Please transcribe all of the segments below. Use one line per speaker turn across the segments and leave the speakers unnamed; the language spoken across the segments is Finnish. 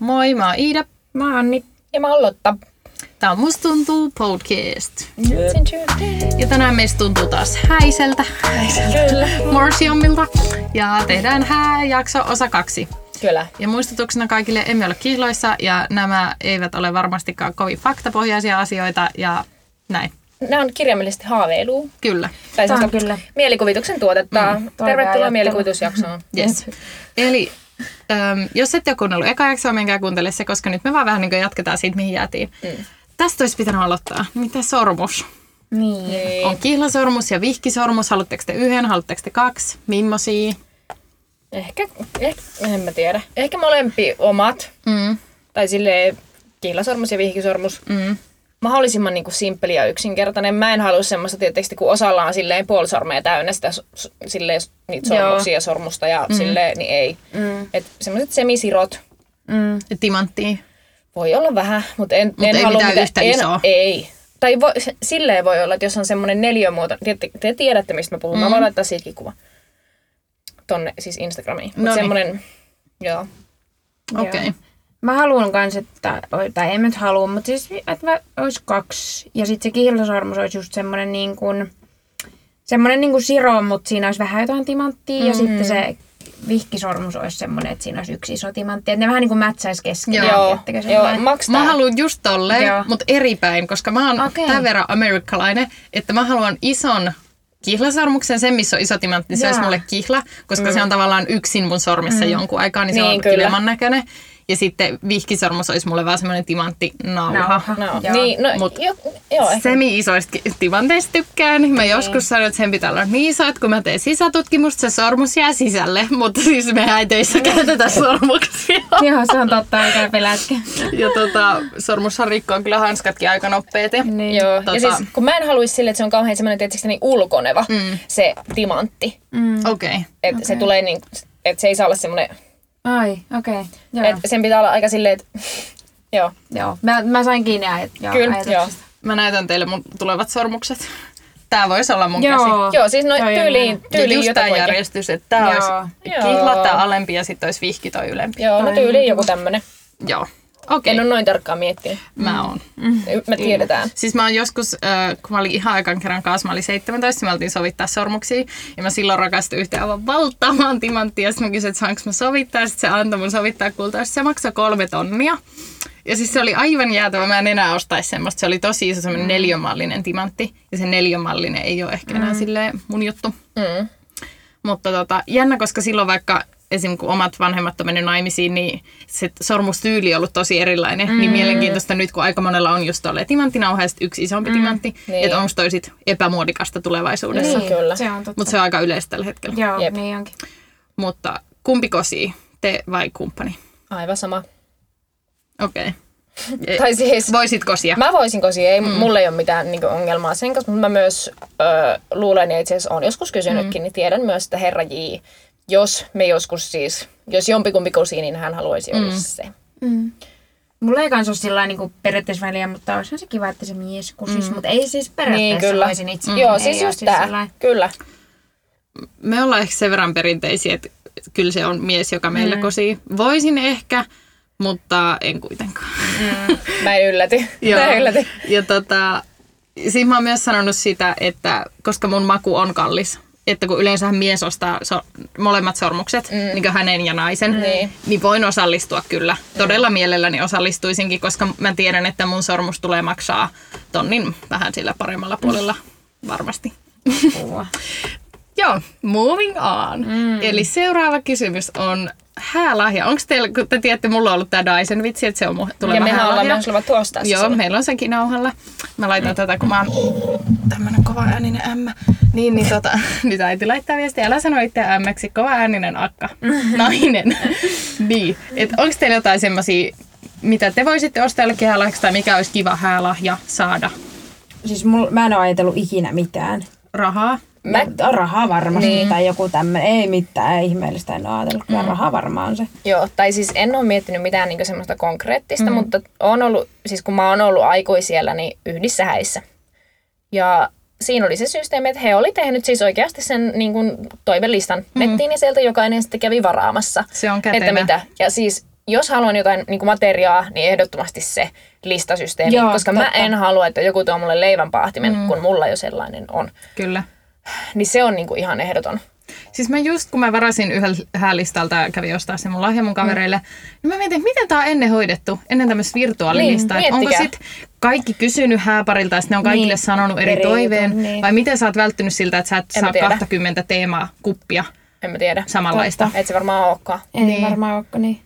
Moi, mä oon Iida.
Mä oon Anni.
Ja mä oon Lotta.
Tää on Musta tuntuu podcast.
Nyt sen syntyy.
Ja tänään meistä tuntuu taas häiseltä,
Kyllä.
morsiommilta. Ja tehdään hääjakso osa kaksi.
Kyllä.
Ja muistutuksena kaikille emme ole kihloissa ja nämä eivät ole varmastikaan kovin faktapohjaisia asioita ja näin.
Nämä on kirjaimellisesti haaveilua.
Kyllä.
Tai
Tää on
semmoista
kyllä.
mielikuvituksen tuotetta. Mm,
toiveajattelu.
Tervetuloa mielikuvitusjaksoon.
Yes. Eli äm, jos ette ole kuunnellut eka jaksoa, menkää kuuntele se, koska nyt me vaan vähän niin jatketaan siitä, mihin jäätiin. Mm. Tästä olisi pitänyt aloittaa. Mitä sormus?
Niin.
Niin.
On kihlasormus ja vihkisormus. Haluatteko te yhden, haluatteko te kaksi? Mimmosia?
Ehkä, ehkä, en mä tiedä. Ehkä molempi omat.
Mm.
Tai sille kihlasormus ja vihkisormus.
Mm.
Mahdollisimman niin kuin simppeli ja yksinkertainen. Mä en halua semmoista tietysti, kun osalla on silleen puolisormeja täynnä sitä, s- s- silleen, niitä
Joo.
sormuksia ja sormusta ja mm. silleen, niin ei.
Mm.
Et semmoiset semisirot,
Mm.
Timanttia.
Voi olla vähän, mutta en, en
ei
halua
mitään yhtä
en,
isoa.
Ei. Tai vo, se- silleen voi olla, että jos on semmoinen neliömuoto, te, te tiedätte mistä mä puhun, mm. mä voin laittaa siitäkin kuva tonne siis Instagramiin.
Noniin.
Mutta semmoinen, joo.
Okei. Okay.
Mä haluan kans, että, tai en mä nyt halua, mutta siis, että mä ois kaksi. Ja sit se kihlasormus olisi just semmonen niin kuin, semmonen niin kuin siro, mutta siinä olisi vähän jotain timanttia. Ja sitten se vihkisormus olisi semmonen, että siinä olisi yksi iso timantti. Että ne vähän niin kuin mätsäisi keskenään.
Joo.
tiedättekö,
joo
semmonen.
maks
Mä
tää.
haluan just tolleen,
Joo.
mutta eri päin, koska mä oon okay.
Okei.
tämän verran amerikkalainen, että mä haluan ison kihlasormuksen, sen missä on iso timantti, niin se olisi
Jaa.
mulle kihla, koska mm. se on tavallaan yksin mun sormessa mm. jonkun aikaa, niin se
Niin,
on
kyllä.
kilman näköinen. Ja sitten vihkisormus olisi mulle vaan semmoinen timantti nauha.
Nauha.
No,
Joo.
niin, no,
Mut-
jo, joo, ehkä. Niin.
Semi-isoista ki- timanteista tykkään. Mä joskus sanon, että sen pitää olla niin iso, että kun mä teen sisätutkimusta, se sormus jää sisälle. Mutta siis me ei töissä
Niin.
käytetä sormuksia.
Joo, se on totta, mikä pelätkä.
Ja tota, sormushan rikkoo kyllä hanskatkin aika nopeete.
Niin.
Joo,
Tota-
ja siis kun mä en haluaisi sille, että se on kauhean semmoinen tietysti niin ulkoneva
Mm.
se timantti.
Okei. Okay.
Että se tulee niin, että se ei saa olla semmoinen,
Ai, okei. Okay. Joo.
että sen pitää olla aika silleen, että joo,
joo. Mä, mä sain kiinni ajat, joo,
kyllä, joo.
ajatuksesta.
Mä näytän teille mun tulevat sormukset. Tää voisi olla mun käsi.
Joo.
Joo, siis no
Joo, joo,
tyyliin,
joo.
Tyyli ja
tyyliin
just tää
jotain järjestää.
järjestys, että tää
Joo.
olisi
Joo.
kihla, tää alempi ja sitten olisi vihki toi ylempi.
Joo, no tyyliin joku tämmönen.
Joo. Okei,
En ole noin tarkkaan miettinyt.
mä oon.
Y- Me tiedetään.
Siis mä oon joskus, äh, kun mä olin ihan ekan kerran kanssa, mä olin 17, me oltiin sovittaa sormuksia. Ja mä silloin rakastuin yhteen aivan valtavaan timanttiin. Ja sitten mä kysyin, että saanko mä sovittaa. Ja sit se antoi mun sovittaa kultaa. Sit se maksoi kolme tonnia. Ja siis se oli aivan jäätävä. Mä en enää ostaisi semmoista. Se oli tosi iso semmoinen neljämallinen timantti. Ja se neljämallinen ei ole ehkä enää silleen mun juttu.
Mm.
Mutta tota, jännä, koska silloin vaikka esim. kun omat vanhemmat on mennyt naimisiin, niin se sormustyyli on ollut tosi erilainen. Mm. Niin mielenkiintoista nyt, kun aika monella on just tolleen timanttinauha ja sit yksi isompi mm. timantti. Niin.
Niin.
Että onko toi sit epämuodikasta tulevaisuudessa. Niin.
Niin. kyllä.
Se on totta.
Mutta se on aika yleistä tällä hetkellä.
Joo,
Jep.
niin onkin.
Mutta kumpi kosii? Te vai kumppani?
Aivan sama.
Okei. Okay.
Tai siis,
Voisit kosia.
mä voisin kosi, ei, mm. mulle ei ole mitään niin ongelmaa sen kanssa, mutta mä myös ö, luulen, ja itse asiassa olen joskus kysynytkin, mm. niin tiedän myös, että herra J, jos me joskus siis, jos jompikumpi kosii, niin hän haluaisi mm. olla se.
Mm. Mulla ei kans ole sillä niinku periaatteessa väliä, mutta olisihan se kiva, että se mies kusis, mm. mutta ei siis
Niin,
periaatteessa
kyllä.
voisin itse.
Mm. Joo,
ei
siis
oo
just tää.
sillain-
Kyllä.
me ollaan ehkä sen verran perinteisiä, että kyllä se on mies, joka meillä mm. kosii. Voisin ehkä, mutta en kuitenkaan.
Mä en ylläty. Mä en ylläty.
Ja tota, siinä mä oon myös sanonut sitä, että koska mun maku on kallis, että kun yleensä mies ostaa so- molemmat sormukset, mm. niin kuin hänen ja naisen, mm. niin voin osallistua kyllä. Todella mielelläni osallistuisinkin, koska mä tiedän, että mun sormus tulee maksaa tonnin vähän sillä paremmalla puolella varmasti.
Apua.
Joo, moving on. Mm. Eli seuraava kysymys on häälahja. Onko teillä, kun te tiedätte, mulla on ollut tämä Dyson vitsi, että se on mu- tuleva
Ja mehän
häälahja.
ollaan mahdollisimman tuosta.
Joo,
sulla.
meillä on sekin nauhalla. Mä laitan tätä, kun mä oon tämmönen kova ääninen ämmä. Niin, niin tota, nyt äiti laittaa viestiä, älä sano itse ämmäksi, kova ääninen akka, nainen. niin, et onks teillä jotain semmosia, mitä te voisitte ostaa jollekin häälahjaksi tai mikä olisi kiva häälahja saada?
Siis mul, mä en ole ajatellut ikinä mitään.
Rahaa?
Mä... Rahaa varmasti niin. Mm. tai joku tämmöinen. Ei mitään ihmeellistä en ole ajatellut. Kyllä rahaa varmaan on se.
Joo, tai siis en ole miettinyt mitään niinku semmoista konkreettista, mm. mutta on ollut, siis kun mä oon ollut aikuisiellä, niin yhdissä häissä. Ja siinä oli se systeemi, että he oli tehnyt siis oikeasti sen niinku niin kuin, toivelistan mm. nettiin ja sieltä jokainen sitten kävi varaamassa.
Se on
Että
kätevä.
mitä. Ja siis jos haluan jotain niin kuin materiaa, niin ehdottomasti se listasysteemi,
Joo,
koska mä
totta.
en halua, että joku tuo mulle leivänpaahtimen, mm. kun mulla jo sellainen on.
Kyllä.
Niin se on niin kuin ihan ehdoton.
Siis mä just kun mä varasin yhdeltä listalta, kävin ostaa sen mun
Mm.
lahja mun kavereille, niin mä mietin, että miten tää on ennen hoidettu, ennen tämmöistä virtuaalilistaa.
Niin,
että onko sit
miettikää.
kaikki kysynyt hääparilta ja sitten ne on kaikille
Niin,
sanonut eri
eri jutun,
toiveen,
niin.
vai miten sä oot välttynyt siltä, että sä et
En mä
saa
tiedä.
20 teemaa kuppia
En mä tiedä.
samanlaista.
Et se varmaan olekaan.
Ei
Niin.
niin. varmaan olekaan niin.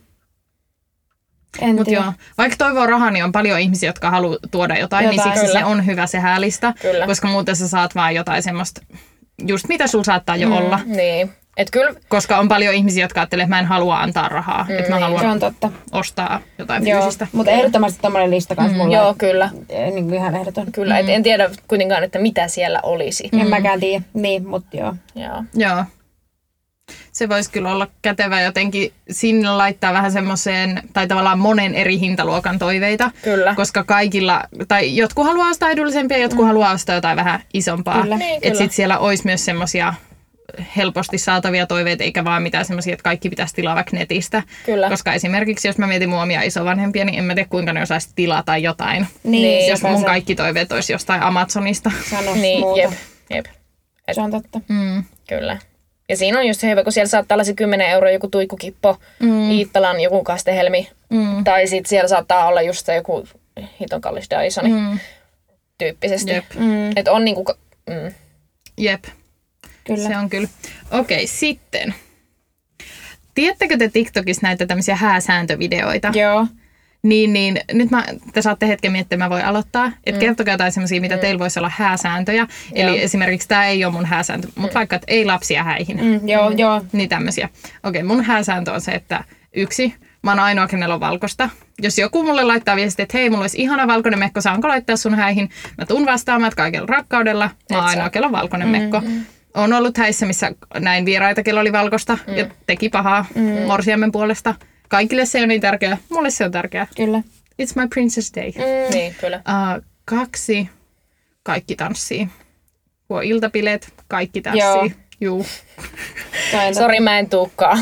En
Mut
tiedä.
joo, vaikka toivoo rahaa, niin on paljon ihmisiä, jotka haluaa tuoda jotain, jotain niin
Jotain.
siksi
Kyllä.
se on hyvä se häälistä,
Kyllä.
koska muuten sä saat vaan jotain semmoista, just mitä sulla saattaa jo mm. olla.
Niin. Et kyllä,
Koska on paljon ihmisiä, jotka ajattelee, että mä en halua antaa rahaa, mm, että mä haluan
Niin, Se on totta.
ostaa jotain
Joo, Mm.
fyysistä.
mutta ehdottomasti tommonen lista kanssa mulla.
joo, kyllä.
Et, niin kuin ihan ehdoton.
Kyllä, mm. et en tiedä kuitenkaan, että mitä siellä olisi.
En mäkään tiedä. Niin, mutta joo.
Joo.
Joo. Se voisi kyllä olla kätevä jotenkin sinne laittaa vähän semmoiseen, tai tavallaan monen eri hintaluokan toiveita.
Kyllä.
Koska kaikilla, tai jotkut haluaa ostaa edullisempia, jotkut mm. haluaa ostaa jotain vähän isompaa.
Kyllä.
Niin,
Että
kyllä.
sitten siellä olisi myös semmoisia helposti saatavia toiveita, eikä vaan mitään semmoisia, että kaikki pitäisi tilaa vaikka netistä.
Kyllä.
Koska esimerkiksi jos mä mietin mun omia isovanhempia, niin en mä tiedä kuinka ne osaisi tilata jotain. Siis
Niin,
Niin,
jos
sepä
mun
se.
kaikki toiveet olisi jostain Amazonista.
Sano
Niin,
muuta.
jep, jep,
Se on totta.
Mm.
kyllä. Ja siinä on just se hyvä, kun siellä saattaa olla se 10 euroa joku tuikkukippo, mm. Iittalan joku kastehelmi. Mm. Tai sitten siellä saattaa olla just se joku hiton kallis Dysoni mm. tyyppisesti.
Jep.
Mm. Et on niinku, ka- mm,
Jep.
Kyllä.
Se on kyllä. Okei, sitten. Tiedättekö te TikTokissa näitä tämmöisiä hääsääntövideoita?
Joo.
Niin, niin nyt mä, te saatte hetken miettiä, että mä voin aloittaa. Että mm. kertokaa jotain semmoisia, mitä mm. teillä voisi olla hääsääntöjä. Eli
Joo.
esimerkiksi tämä ei ole mun hääsääntö, mutta vaikka, että ei lapsia häihin.
Mm, joo, mm. joo.
Niin tämmöisiä. Okei, mun hääsääntö on se, että yksi, mä oon ainoa, kenellä on valkosta. Jos joku mulle laittaa viestiä, että hei, mulla olisi ihana valkoinen mekko, saanko laittaa sun häihin? Mä tuun vastaamaan, että kaikella rakkaudella. Mä oon
saa.
ainoa, kenellä on valkoinen mekko. On ollut häissä, missä näin vieraita, kello oli valkosta ja teki pahaa morsiamen puolesta. Kaikille se ei ole niin tärkeää. Mulle se on tärkeää.
Kyllä.
It's my princess day.
mm. niin kyllä.
Uh, kaksi, kaikki tanssii. Kun on iltapileet, kaikki tanssii.
Joo.
Juu.
Toi on totta.
Sori, mä en tuukkaan.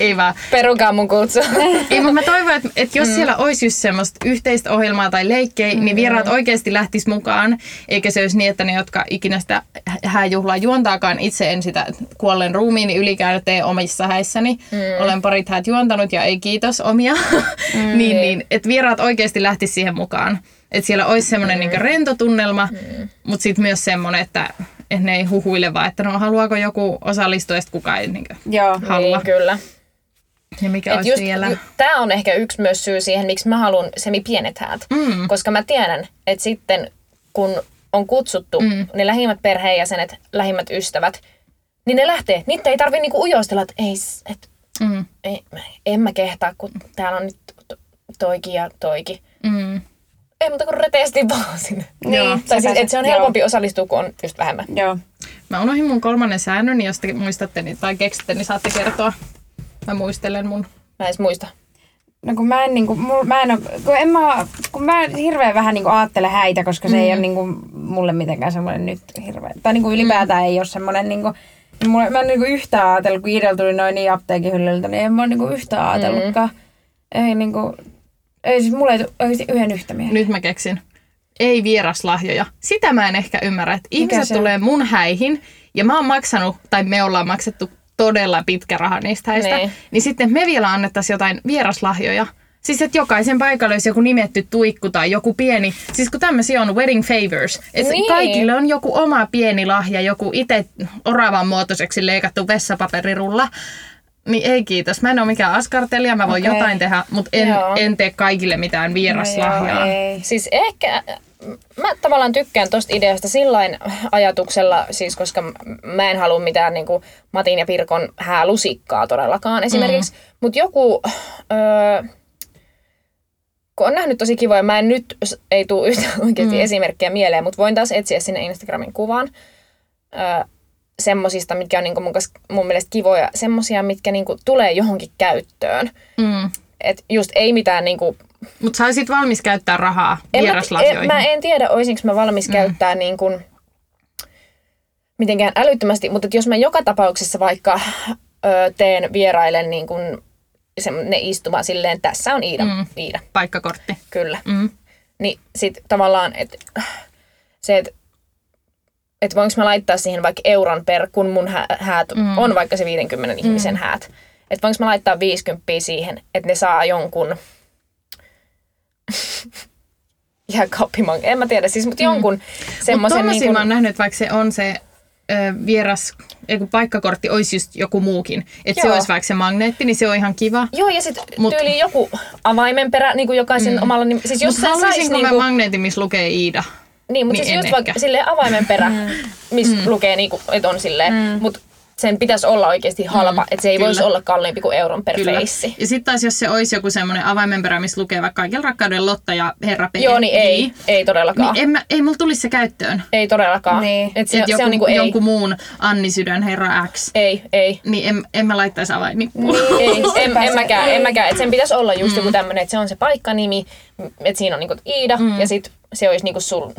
Ei vaan.
Perukaa mun kutsu.
Ei, mutta mä toivon, että, että jos mm. siellä olisi just semmoista yhteistä ohjelmaa tai leikkejä, mm. niin vieraat oikeasti lähtis mukaan, eikä se olisi niin, että ne, jotka ikinä sitä hä- hääjuhlaa juontaakaan, itse en sitä kuolleen ruumiin ylikään tee omissa häissäni. Mm. Olen parit häät juontanut ja ei kiitos omia. Mm. niin, niin, että vieraat oikeasti lähtis siihen mukaan. Että siellä olisi semmoinen mm. niin rento tunnelma, mm. mutta sitten myös semmoinen, että, että ne ei huhuile vaan, että no haluaako joku osallistua, ja sitten kukaan ei niin
Joo.
halua.
Niin, kyllä.
Ja mikä olisi siellä?
Tämä on ehkä yksi myös syy siihen, miksi mä haluan semipienet häät. Mm. Koska mä tiedän, että sitten kun on kutsuttu mm. ne lähimmät perheenjäsenet, lähimmät ystävät, niin ne lähtee. Niitä ei tarvi niinku ujostella, että ei, s- et,
Mm.
ei, en mä kehtaa, kun täällä on nyt to- toiki ja toiki.
Mm.
Ei muuta kuin reteesti vaan sinne.
Niin,
Joo.
Tai
Mm. sepä
siis, että se on
Joo.
helpompi osallistua, kun on just vähemmän.
Joo.
Mä unohdin mun kolmannen säännön, niin jos te muistatte niin, tai keksitte, niin saatte kertoa. Mä muistelen mun.
Mä en edes muista.
No kun mä en, niin kuin, mul, mä en, oo- kun en mä, kun mä hirveän vähän niin kuin ajattele häitä, koska se mm. ei ole niin kuin, mulle mitenkään semmoinen nyt hirveä. Tai niin kuin ylipäätään mm. ei ole semmoinen, niin kuin, mulle, mä en niin kuin yhtään ajatellut, kun Iidellä tuli noin niin apteekin hyllyltä, niin en mä ole niin kuin yhtään ajatellutkaan. Mm. Ei niin kuin, ei siis mulle ei tule oikeasti yhden yhtä mieleen.
Nyt mä keksin. Ei vieraslahjoja. Sitä mä en ehkä ymmärrä, että ihmiset
se on?
tulee mun häihin ja mä oon maksanut, tai me ollaan maksettu todella pitkä raha niistä häistä.
Niin.
Niin sitten me vielä annettaisiin jotain vieraslahjoja. Siis että jokaisen paikalla olisi joku nimetty tuikku tai joku pieni, siis kun tämmöisiä on wedding favors, että niin.
Niin.
kaikille on joku oma pieni lahja, joku itse oravan muotoiseksi leikattu vessapaperirulla, niin ei kiitos. Mä en ole mikään askartelija, mä voin okay.
Okei.
jotain tehdä, mutta en,
Joo.
en tee kaikille mitään vieraslahjaa.
Niin Joo, ei.
Siis ehkä, mä tavallaan tykkään tosta ideasta sillain ajatuksella, siis koska m- mä en halua mitään niin Matin ja Pirkon häälusikkaa todellakaan esimerkiksi, mm. mutta joku, öö, kun on nähnyt tosi kivoja, mä en nyt, s- ei tule yhtään oikeasti mm. esimerkkiä mieleen, mutta voin taas etsiä sinne Instagramin kuvaan. Öö, semmosista, mitkä on niinku mun, kas- mun mielestä kivoja, semmosia, mitkä niinku tulee johonkin käyttöön.
Mm.
Et just ei mitään niinku
Mutta sä olisit valmis käyttää rahaa
en mä, en,
vieraslahjoihin.
mä en tiedä, olisinko mä valmis mm. käyttää niin kuin, mitenkään älyttömästi, mutta et jos mä joka tapauksessa vaikka ö, teen vieraille niin kuin se, ne istumaan silleen, tässä on Iida, mm. Iida
Paikkakortti.
kyllä.
Mm.
Niin sit tavallaan, että se, että et voinko mä laittaa siihen vaikka euron per, kun mun hä- häät mm. on vaikka se 50 mm. ihmisen häät. Että voinko mä laittaa 50 siihen, että ne saa jonkun ihan kappiman, en mä tiedä, siis mutta jonkun
Mutta
semmoisen
Mm. tommosia
niin
mä oon nähnyt, että vaikka se on se ö, vieras, ei kun paikkakortti olisi just joku muukin. Että se
Joo.
olisi vaikka se magneetti, niin se on ihan kiva.
Joo, ja sitten
Mut-
tyyli joku avaimen perä, niin kuin jokaisen mm. omalla nim... Siis jos
Mutta
sä sais
haluaisinko
niin
mä
kuin...
magneetin, missä lukee Iida?
Niin, mutta
Niin
niin siis
en
just vaikka
ehkä. Mm.
silleen avaimen perä, missä lukee niinku, että on silleen, mm. mutta sen pitäisi olla oikeasti halpa, mm. että se ei
Kyllä.
voisi olla kalliimpi kuin euron per feissi.
Ja sitten taas jos se olisi joku semmoinen avaimenperä, missä lukee vaikka kaikilla rakkauden Lotta ja Herra P.
Joo, niin ei,
Niin,
ei todellakaan.
niin en mä, ei mulla tulisi se käyttöön.
Ei todellakaan.
Niin.
Et se,
Että
se on niinku
joku,
ei,
jonkun muun Anni Sydän Herra X.
ei, ei.
Niin en, en mä laittaisi niin-
Niin.
avainnippua.
Ei, en, en
pääse-
mäkään, en mäkään. Et sen pitäisi olla just
Mm.
joku tämmöinen, että se on se paikkanimi, että siinä on niinku Iida mm. ja sitten se olisi niinku sun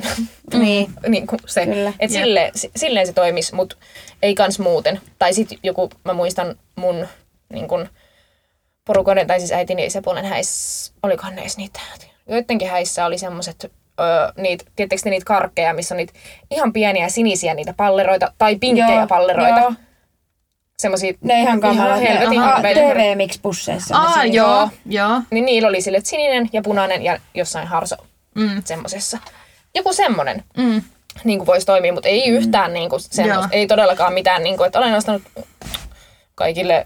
Niin.
niin kuin se.
Kyllä.
Et
Jep.
sille, si- silleen se toimisi, mutta ei kans muuten. Tai sitten joku, mä muistan mun niin kun, porukoiden, tai siis äitini isäpuolen häissä, olikohan ne edes niitä, joidenkin häissä oli semmoiset, öö, niitä, tiettekö te niitä karkkeja, missä on niitä ihan pieniä sinisiä niitä palleroita, tai pinkkejä
Joo,
palleroita.
joo.
Semmoisia
Ne ihan kamalat.
Ihan helvetin
Aha.
haaveita.
TV miksi busseissa.
Aa, joo, joo.
Niin niillä oli sille että sininen ja punainen ja jossain harso
Mm.
semmosessa. Joku semmonen.
Mm.
niin kuin voisi toimia, mutta
Mm.
ei yhtään niin kuin semmoista,
Joo.
ei todellakaan mitään, niin kuin, että olen ostanut kaikille,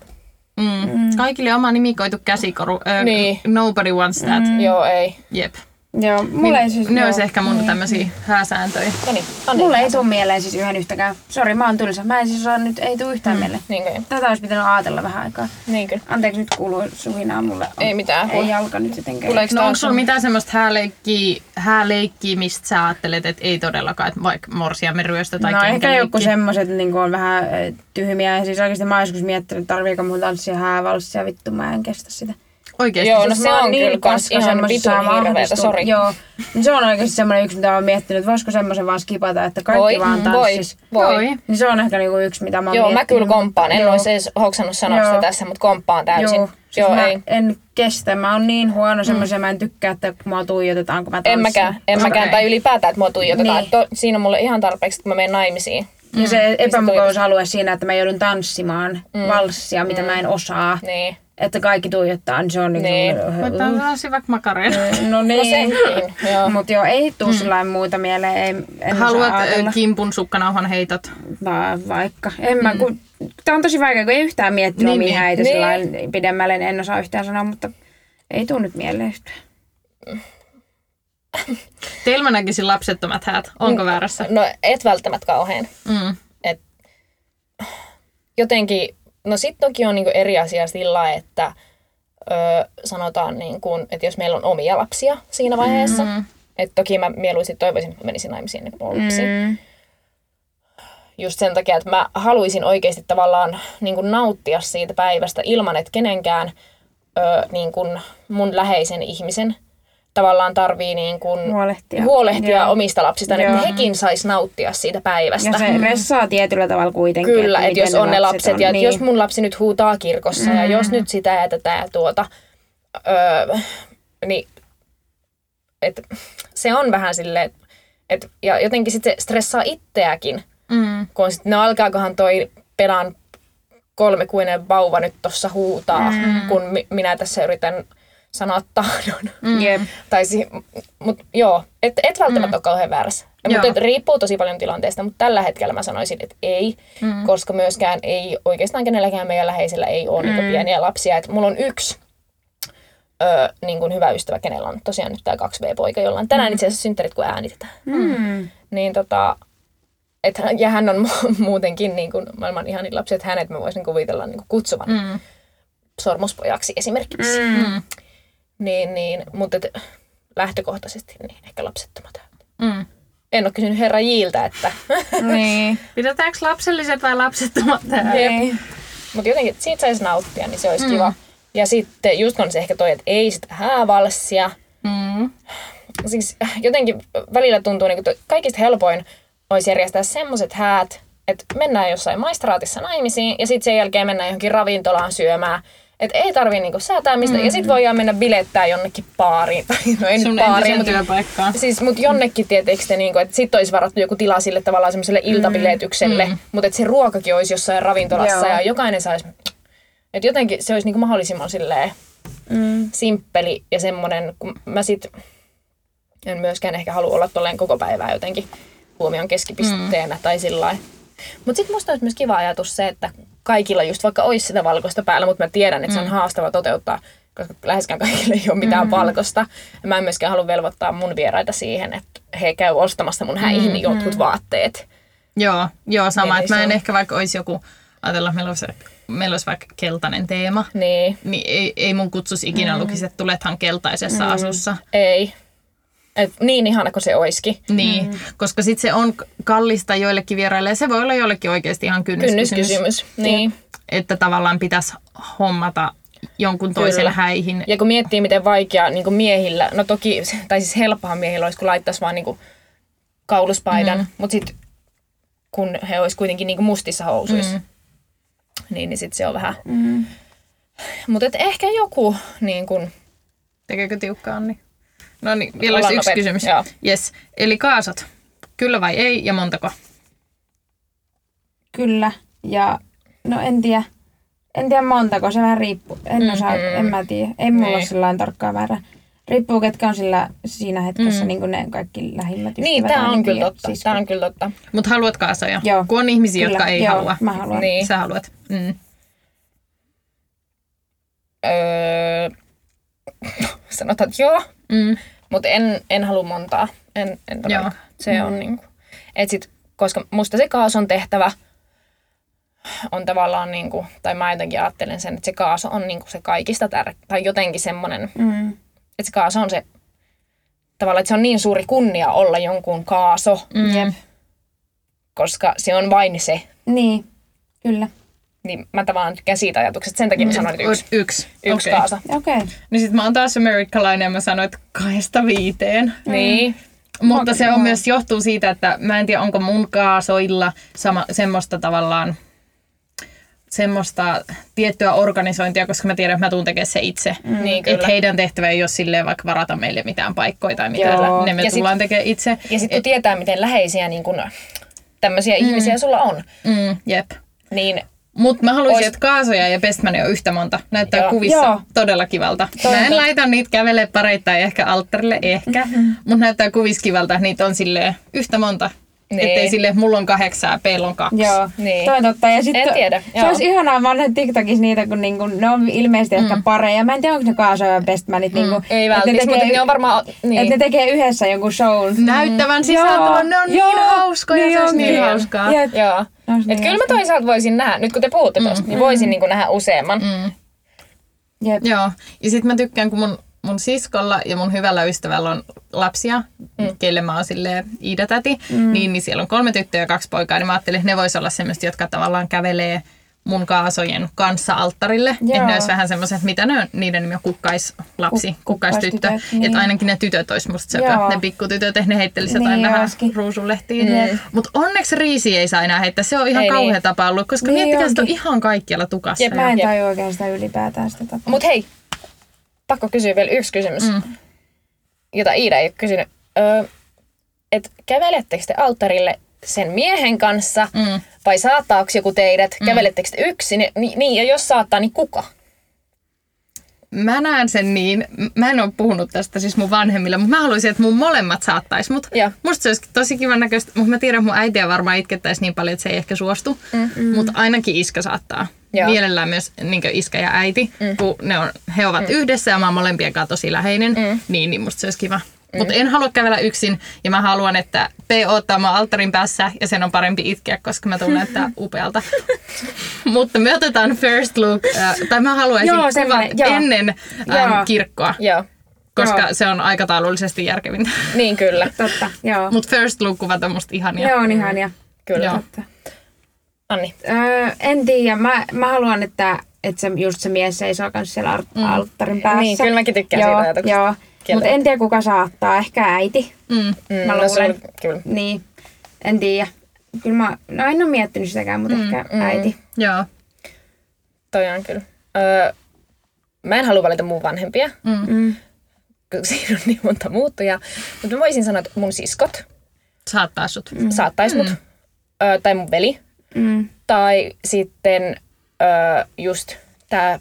Mm. Kaikille oma nimikoitu käsikoru. Ö,
Niin.
Nobody wants that.
mm. joo ei.
Jep.
Joo,
Niin,
mulla ei siis... Niin.
Ne
joo.
olisi ehkä mun tämmöisiä hääsääntöjä.
No niin, Anni.
Mulla ei tule mieleen siis yhden yhtäkään. Sori, mä oon tylsä. Mä en siis osaa nyt, ei tule yhtään mm. mieleen.
Niin kyllä,
Tätä olisi pitänyt ajatella vähän aikaa.
niin kyllä.
Anteeksi, nyt kuuluu suhinaa mulle.
Ei mitään.
Ei jalka nyt jotenkin.
Tuleeko
No
tää
onko sulla
sun-
mitään semmoista hääleikkiä, hääleikkiä, mistä sä ajattelet, että ei todellakaan, että vaikka morsiamme ryöstö tai
No ehkä
kenkäleikki?
joku semmoiset niin on vähän ö, tyhmiä. Ja siis oikeasti mä oon joskus miettinyt, että tarviiko mun tanssia häävalssia. Vittu, mä en kestä sitä.
niin Oikeesti.
Joo,
Siis
no se
mä oon
on kyllä kans
paska
ihan
semmosessa
vitun hirveetä,
vahvistunut.
sori.
Joo, Mut se on oikeasti semmoinen yksi, mitä mä oon miettinyt, että voisiko semmoisen vaan skipata, että kaikki
Voi,
vaan
voi,
tanssis.
voi.
Voi.
Niin se on ehkä niinku yksi, mitä mä oon
Joo, mä
miettinyt.
kyllä komppaan. En
Joo.
olisi edes hoksannut sanoa
Joo.
sitä tässä, mutta komppaan täysin.
Joo, siis
Joo
mä
ei. Mm.
en kestä. Mä oon niin huono semmoisen, mä en tykkää, että mua tuijotetaan, kun mä tanssin.
En mäkään, en mäkään,
Okei.
tai ylipäätään, että mua tuijotetaan.
Niin.
Niin. To, siinä on mulle ihan tarpeeksi, että mä menen naimisiin.
Ja niin
Mm.
se epämukavuusalue siinä, että mä joudun tanssimaan valssia, mitä mä en osaa.
Mm. Niin.
Että kaikki tuijottaa, niin se on niinku...
Niin.
Mutta on se vaikka makareita.
No
No
niin.
senkin, joo.
Mutta joo, ei tuu mm. muuta mieleen. Ei, en osaa
Haluat ö,
ajatella.
kimpun sukkanauhan heitot.
Va- vaikka. En mä, kun, tää on tosi vaikea, kun ei yhtään miettinyt niin,
Niin,
omia
niin.
häitä
Mm. Niin.
niin. pidemmälle, niin en osaa yhtään sanoa, mutta ei tuu nyt mieleen yhtään.
Teillä mä näkisin lapsettomat häät. Onko
Niin.
väärässä?
No et välttämättä kauhean.
Mm.
et, jotenkin, no sit toki on niinku eri asia sillä, että ö, sanotaan, niinku, että jos meillä on omia lapsia siinä vaiheessa, mm. että toki mä mieluisin toivoisin, että mä menisin naimisiin ennen kuin mulla on lapsia. Mm. Just sen takia, että mä haluaisin oikeasti tavallaan niinku nauttia siitä päivästä ilman, että kenenkään ö, niinku mun läheisen ihmisen tavallaan tarvii niinku
Huolehtia.
huolehtia
Joo.
omista lapsistaan, että
Joo.
hekin sais nauttia siitä päivästä.
Ja se ressaa tietyllä tavalla kuitenkin.
Mm. Kyllä, että jos
miten
on ne lapset
on.
ja niin.
niin.
jos mun lapsi nyt huutaa kirkossa mm. ja jos nyt sitä ja tätä ja tuota, öö, niin et, se on vähän silleen, et, ja jotenkin sitten se stressaa itseäkin,
Mm.
kun on sit, no alkaakohan toi pelan kolmekuinen vauva nyt tuossa huutaa, mm. kun mi- minä tässä yritän sanoa tahdon.
Mm. Jep.
Tai si- mut joo, et, et välttämättä mm. ole kauhean väärässä.
Joo.
Mutta riippuu tosi paljon tilanteesta, mutta tällä hetkellä mä sanoisin, että ei, mm. koska myöskään ei oikeastaan kenelläkään meidän läheisellä ei ole mm. niitä pieniä lapsia. Et mulla on yksi ö, niin kuin hyvä ystävä, kenellä on tosiaan nyt tämä 2B-poika, jolla on tänään mm. itse asiassa synttärit, kun äänitetään.
Mm.
Niin tota, et, hän- ja hän on mu- muutenkin niin kuin maailman ihanin lapsi, että hänet mä voisin kuvitella niin kuin kutsuvan mm.
Mm.
sormuspojaksi esimerkiksi.
Mm.
Niin, niin, mutta et, lähtökohtaisesti niin ehkä lapsettomat.
Mm.
En ole kysynyt herra Jiltä, että...
Niin.
Pidetäänkö lapselliset vai lapsettomat häät?
Niin.
Mutta jotenkin, että siitä saisi nauttia, niin se olisi mm. kiva. Ja sitten just on se ehkä toi, että ei sitä häävalssia.
Mm.
Siis äh, jotenkin välillä tuntuu, niin kuin kaikista helpoin olisi järjestää semmoiset häät, että mennään jossain maistraatissa naimisiin ja sitten sen jälkeen mennään johonkin ravintolaan syömään. Et ei tarvii niinku säätää mistä. Mm. Ja sit voidaan mennä bilettää jonnekin baariin. Tai no ei
Sun
nyt baariin,
entisen
mutta
työpaikkaan.
Siis, mut jonnekin tieteekö te, niinku, että sit olisi varattu joku tila sille tavallaan semmoiselle iltapiletykselle, mm. mutta että se ruokakin olisi jossain ravintolassa
Joo.
ja jokainen saisi... Että jotenkin se olisi niinku mahdollisimman silleen
Mm.
simppeli ja semmoinen, kun mä sit en myöskään ehkä halua olla tolleen koko päivää jotenkin huomion keskipisteenä mm. tai sillä Mutta sitten musta olisi myös kiva ajatus se, että kaikilla just vaikka olisi sitä valkoista päällä, mutta mä tiedän, että se on haastava toteuttaa, koska läheskään kaikille ei ole mitään mm. valkoista. Ja mä en myöskään halua velvoittaa mun vieraita siihen, että he käy ostamassa mun häihin mm. jotkut vaatteet.
Joo, joo sama.
Meillä
Että
ei
mä en
se ole.
ehkä vaikka olisi joku, ajatellaan, meillä olisi, meillä olisi vaikka keltainen teema,
Niin,
niin ei, ei mun kutsus ikinä mm. lukisi, että tulethan keltaisessa mm. asussa.
ei. Et niin ihana kuin se oiskin.
Niin, mm. koska sitten se on kallista joillekin vieraille ja se voi olla joillekin oikeasti ihan kynnyskysymys.
Kynnyskysymys. Niin.
Että tavallaan pitäisi hommata jonkun toisen
Kyllä.
häihin.
Ja kun miettii, miten vaikeaa niin miehillä, no toki, tai siis helppohan miehillä olisi, kun laittaisi vaan niin kuin kauluspaidan, mm. mutta sitten kun he olisi kuitenkin niin kuin mustissa housuissa, mm. niin, niin sitten se on vähän... Mm. Mutta ehkä joku niin kuin,
Tekeekö tiukka Anni? No niin, vielä
Ollaan
olisi yksi
nopeita.
kysymys.
Joo.
Yes. Eli kaasot. Kyllä vai ei ja montako?
Kyllä. Ja no en tiedä. En tiedä montako, se vähän riippuu.
Mm.
En osaa, en mä tiedä. Ei mulla
Niin.
ole sillä tarkkaa määrää. Riippuu ketkä on sillä siinä hetkessä mm. niin ne kaikki lähimmät
niin,
ystävät
tämä on
ainakin.
kyllä
Ja
totta. Siis, tämä on kyllä totta.
Mutta haluat kaasoja,
Joo.
kun on ihmisiä,
Kyllä,
jotka ei
joo,
halua.
mä haluan.
Niin.
Sä haluat. Mm.
Öö, sanotaan, että joo,
Mm.
Mutta en, en halua montaa. En, en todellakaan. Se on niinku. Et sit, koska musta se kaason tehtävä on tavallaan niinku, tai mä jotenkin ajattelen sen, että se kaaso on niinku se kaikista tärkeä, tai jotenkin semmoinen,
Mm.
että se kaaso on se, tavallaan, että se on niin suuri kunnia olla jonkun kaaso,
Mm.
Jep.
koska se on vain se.
Niin, kyllä.
Niin mä tavallaan tykkään siitä ajatuksesta, sen takia mä sanoin, että yksi,
Yksi. Yksi,
yksi
Okei.
kaaso.
Okei. Okay. Mm.
No sit mä oon taas amerikkalainen ja mä sanoin, että kahdesta viiteen.
Niin.
Mutta se on myös johtuu siitä, että mä en tiedä, onko mun kaasoilla sama, semmoista tavallaan semmoista tiettyä organisointia, koska mä tiedän, että mä tuun tekemään se itse. Mm.
Niin,
Että
kyllä.
heidän tehtävä ei ole silleen vaikka varata meille mitään paikkoja tai mitään,
Joo.
ne me
Ja sit-
tullaan tekemään itse.
Ja sitten kun tietää, miten läheisiä niin kun, tämmöisiä ihmisiä sulla on,
Mm, jep.
niin
Mutta mä haluaisin,
Ois-
että kaasoja ja Bestmania on yhtä monta. Näyttää
Joo.
kuvissa
Joo.
todella kivalta. Mä en laita niitä kävele pareittain ehkä alttarille, ehkä. Mm-hmm. Mutta näyttää kuvissa kivaltä, että niitä on sille yhtä monta.
Niin.
Ettei sille, mulla on kahdeksan ja peillä on kaksi.
Joo,
Niin.
niin. toi on totta. Ja sit
En
to-
tiedä,
Se
joo.
olisi ihanaa, mä oon nähnyt TikTokissa niitä, kun niinku, ne on ilmeisesti mm. ehkä pareja. Mä en tiedä, onko ne kaasoja bestmanit. Mm. Niinku,
Ei
et ne
välttämättä,
tekee-
mutta ne on varmaan...
Et
Niin.
ne tekee yhdessä jonkun shown.
Näyttävän sisältöön, ne on
Joo.
niin hauskoja,
Niin
se olisi
onkin.
niin hauskaa.
Jep.
Joo.
No, se
Et
niin
kyllä mä
just.
toisaalta voisin nähdä, nyt kun te puhutte
Mm.
tosta, niin voisin niin nähdä useamman. Mm.
Jep.
Joo, ja sitten mä tykkään, kun mun, mun siskolla ja mun hyvällä ystävällä on lapsia, mm. keille mä oon silleen Iida-täti, mm. niin, niin siellä on kolme tyttöä ja kaksi poikaa, niin mä ajattelin, että ne vois olla semmoista, jotka tavallaan kävelee mun kaasojen kanssa alttarille. Että
Joo.
ne olisi vähän semmoiset, mitä ne on, niiden nimi on kukkaislapsi,
Ku-
kukkaistyttö.
kukkaistytöt, niin.
Että ainakin ne tytöt olisi musta söpö.
Joo.
Ne pikkutytöt, että ne heittelisi jotain
Niin
vähän
olisikin.
ruusunlehtiin. Mm. Mutta onneksi riisi ei saa enää heittää. Se on ihan
Ei
ei
niin.
kauhea niin. tapa ollut, koska
Niin
niin miettikää, sitä on
onkin.
ihan kaikkialla tukassa.
Jep,
Mä en
Jep.
tajua oikein sitä ylipäätään sitä tapaa.
Mut hei, pakko kysyä vielä yksi kysymys, mm. jota Iida ei ole kysynyt. Öö, et kävelettekö te alttarille sen miehen kanssa, mm. vai saattaako joku teidät, mm. kävelettekö te yksin, Ni, niin, ja jos saattaa, niin kuka?
mä näen sen niin, m- mä en ole puhunut tästä siis mun vanhemmille, mutta mä haluaisin, että mun molemmat saattais mut.
Joo.
Musta se olisi tosi kivan näköistä, mutta mä tiedän, että mun äitiä varmaan itkettäisi niin paljon, että se ei ehkä suostu. Mm-hmm. Mutta ainakin iskä saattaa.
Joo.
Joo. Mielellään myös niin iskä ja äiti, mm. kun ne on, he ovat mm. yhdessä ja mä oon molempien kanssa tosi läheinen, mm. niin, niin musta se olisi kiva. Mm. Mutta en halua kävellä yksin ja mä haluan, että P ottaa mä alttarin päässä ja sen on parempi itkeä, koska mä tuun näyttää upealta. Mutta me otetaan first look, äh, tai mä haluaisin
Joo,
joo, kuvat
semmoinen, joo.
ennen
Joo.
äm, ähm, kirkkoa,
Joo,
koska
Joo.
se on aikataulullisesti järkevintä.
niin kyllä,
Totta, joo.
Mutta first look-kuvat on musta ihania.
Ne on ihania.
kyllä.
Joo.
Totta.
Anni.
Öö, en tiedä, mä, mä haluan, että, että se, just se mies seisoo kanssa siellä art- mm. alttarin päässä.
Niin, kyllä mäkin tykkään
joo,
siitä ajatuksesta.
Joo, mutta en tiedä kuka saattaa, ehkä äiti.
Mm.
no se
Mä
on-
luulen.
Kyllä.
Niin, en tiedä. Kyllä mä, no en
mm.
ole miettinyt sitäkään, mutta mm. ehkä äiti.
Joo.
Toi on kyllä. Öö, mä en halua valita mun vanhempia,
Mm.
Mm.
kun siinä on niin monta muuttujaa. Mutta mä voisin sanoa, että mun siskot
Saattaa sut.
mm. saattais mut, ö, tai mun veli,
Mm.
tai sitten ö, just tää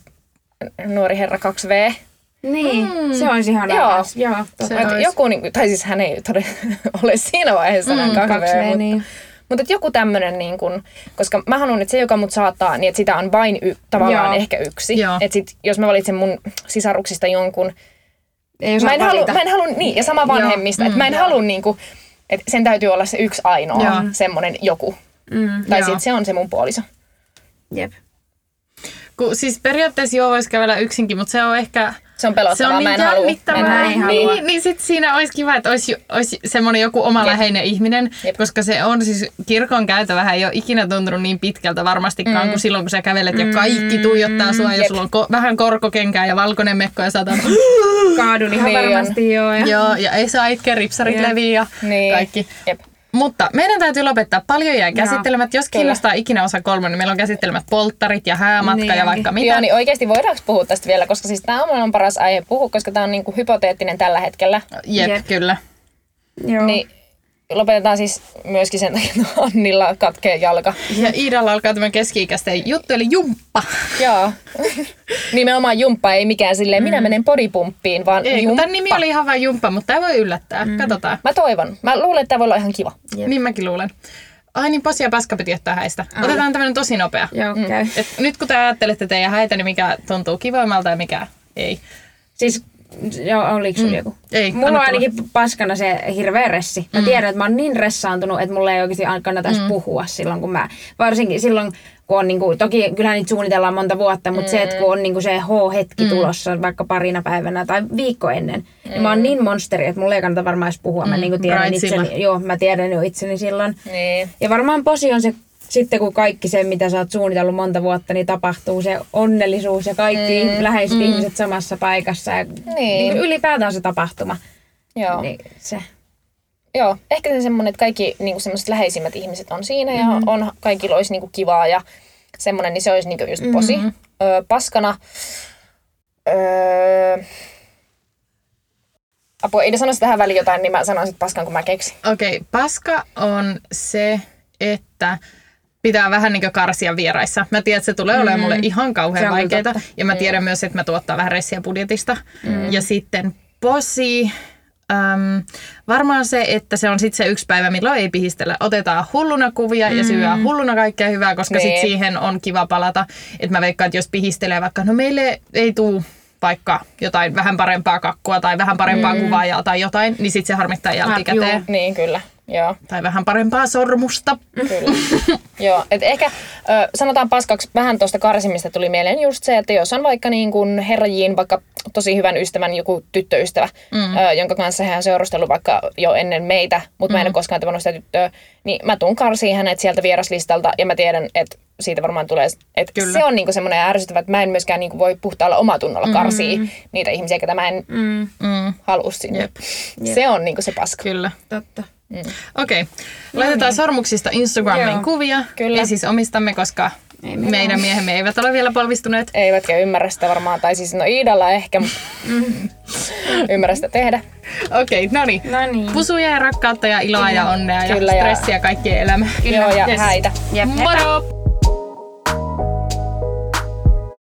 nuori herra 2V.
Niin, mm. se olisi ihan
Joo.
Joo, totta.
Se
Et
ois.
joku, niinku- tai siis hän ei todella ole siinä vaiheessa mm, 2V,
Kaksi niin.
mutta,
meni.
mutta et joku tämmönen, niin kun, koska mä haluan, että se, joka mut saattaa, niin että sitä on vain y- tavallaan
Joo.
ehkä yksi.
Joo.
Et sit, jos mä valitsen mun sisaruksista jonkun,
Ei
mä
osaa
en, halua,
valita.
mä en halua, niin, ja sama vanhemmista,
Mm,
että mä en halua niinku, että sen täytyy olla se yksi ainoa
Joo.
semmonen joku.
Mm.
Tai
Joo.
sitten se on se mun puoliso.
Jep.
Kun, siis periaatteessa joo voisi kävellä yksinkin, mutta se on ehkä...
Se on
Se
pelottavaa,
on
mä
niin
en halua.
jännittävää.
Mä en
niin,
halua.
niin, niin sit siinä olisi kiva, että olisi, olisi semmoinen joku oma
Jep.
läheinen ihminen,
Jep.
koska se on siis, kirkon käytävähän ei ole ikinä tuntunut niin pitkältä varmastikaan, mm. kuin silloin kun sä kävelet ja kaikki tuijottaa sua ja
Jep.
sulla on ko- vähän korkokenkää ja valkoinen mekko ja saatan
Kaadun ihan
Niin on.
varmasti joo. Ja...
joo, ja ei saa itkeä, ripsarit
Jep.
leviä ja
Niin.
kaikki.
Jep.
Mutta meidän täytyy lopettaa. Paljon jäi
Joo.
käsittelemättä. Jos
Kyllä.
kiinnostaa ikinä osa kolme, niin meillä on käsittelemättä polttarit ja häämatka
Niin
ja vaikka
onkin.
mitä.
Joo, niin oikeasti voidaanko puhua tästä vielä, koska siis tämä on paras aihe puhua, koska tämä on niinku hypoteettinen tällä hetkellä.
Jep,
Jep.
kyllä.
Joo.
Niin lopetetaan siis myöskin sen takia, että Annilla katkee jalka.
Ja Iidalla alkaa tämä keski-ikäisten juttu, eli jumppa.
Joo. Nimenomaan jumppa, ei mikään silleen, minä menen podipumppiin, vaan
Ei, kun
jumppa.
tämän nimi oli ihan vain jumppa, mutta tämä voi yllättää. Mm. Katsotaan.
Mä toivon. Mä luulen, että tämä voi olla ihan kiva.
Jep.
Niin mäkin luulen. Ai niin, Pasi ja Paska piti ottaa häistä. Otetaan tämmöinen tosi nopea. Mm.
Joo, käy.
Et nyt kun te ajattelette teidän häitä, niin mikä tuntuu kivoimmalta ja mikä ei.
Siis, joo, oliko sulla joku?
Mm. Ei,
Mulla on
anna Mm.
ainakin paskana se hirveä ressi. Mä tiedän, että mä oon niin ressaantunut, että mulla ei oikeasti kannata edes puhua silloin, kun mä... Varsinkin silloin, kun on niinku... Toki kyllä niitä suunnitellaan monta vuotta, mutta se, että kun on niinku se H-hetki
Mm.
tulossa vaikka parina päivänä tai viikko ennen, niin mä oon niin monsteri, että mulla ei kannata varmaan edes puhua. Mä
Mm.
niinku tiedän
Bright silla.
itseni, joo, mä tiedän jo itseni silloin.
Niin.
Ja varmaan posi on se, sitten kun kaikki se, mitä sä oot suunnitellut monta vuotta, niin tapahtuu se onnellisuus ja kaikki mm. läheiset mm. ihmiset samassa paikassa. Ja niin. kuin ylipäätään se tapahtuma.
Joo.
Niin se.
Joo, ehkä se semmoinen, että kaikki niinku semmoiset läheisimmät ihmiset on siinä ja mm-hmm. on, kaikilla olisi niinku kivaa ja semmoinen, niin se olisi niinku just posi. Mm-hmm. Öö, paskana. Öö, apua, ei ne sanoisi tähän väliin jotain, niin mä sanon sitten paskan, kun mä keksin.
Okei, okay, paska on se, että pitää vähän niin karsia vieraissa. Mä tiedän, että se tulee olemaan mulle ihan
Mm-hmm. Se
kauhean
on kyllä
vaikeaa.
totta. Mm.
Ja mä tiedän myös, että mä tuottaa vähän ressiä budjetista. Ja sitten posi. Öm, varmaan se, että se on sitten se yksi päivä, milloin ei pihistellä. Otetaan hulluna kuvia ja
Mm.
syödään hulluna kaikkea hyvää, koska sitten
Niin.
siihen on kiva palata. Et mä veikkaan, että jos pihistelee vaikka, no meille ei tuu vaikka jotain vähän parempaa kakkua tai vähän parempaa mm. kuvaajaa tai jotain, niin sitten se harmittaa jälkikäteen.
juu.
Niin, kyllä. Joo,
Tai vähän parempaa sormusta.
kyllä. Joo, et ehkä ö, sanotaan paskaksi vähän tuosta karsimista tuli mieleen just se, että jos on vaikka niin kun herrajiin vaikka tosi hyvän ystävän joku tyttöystävä, mm. ö, jonka kanssa hän on seurustellut vaikka jo ennen meitä, mutta mm. mä en ole koskaan tavannut sitä tyttöä, niin mä tuun karsiin hänet sieltä vieraslistalta ja mä tiedän, että siitä varmaan tulee, että
Kyllä.
se on niinku semmoinen ärsyttävä, että mä en myöskään niinku voi puhtaalla omatunnolla karsia mm. niitä ihmisiä, ketä mä en
Mm,
Mm,
halua sinne.
Jep.
Se on niinku se paska.
kyllä.
totta.
Okei. Okay. Laitetaan sormuksista Instagramiin
Joo.
kuvia.
Kyllä.
Ei siis omistamme, koska
Ei meillä
meidän miehemme eivät ole vielä polvistuneet.
Eivätkä ymmärrä sitä varmaan, tai siis no Iidalla ehkä, mutta ymmärrä sitä tehdä.
Okei, okay, no niin.
No niin.
Pusuja ja rakkautta ja iloa ja onnea ja
Kyllä, ja-
stressiä kaikkien elämään.
Joo, ja häitä.
Jep.
Moro!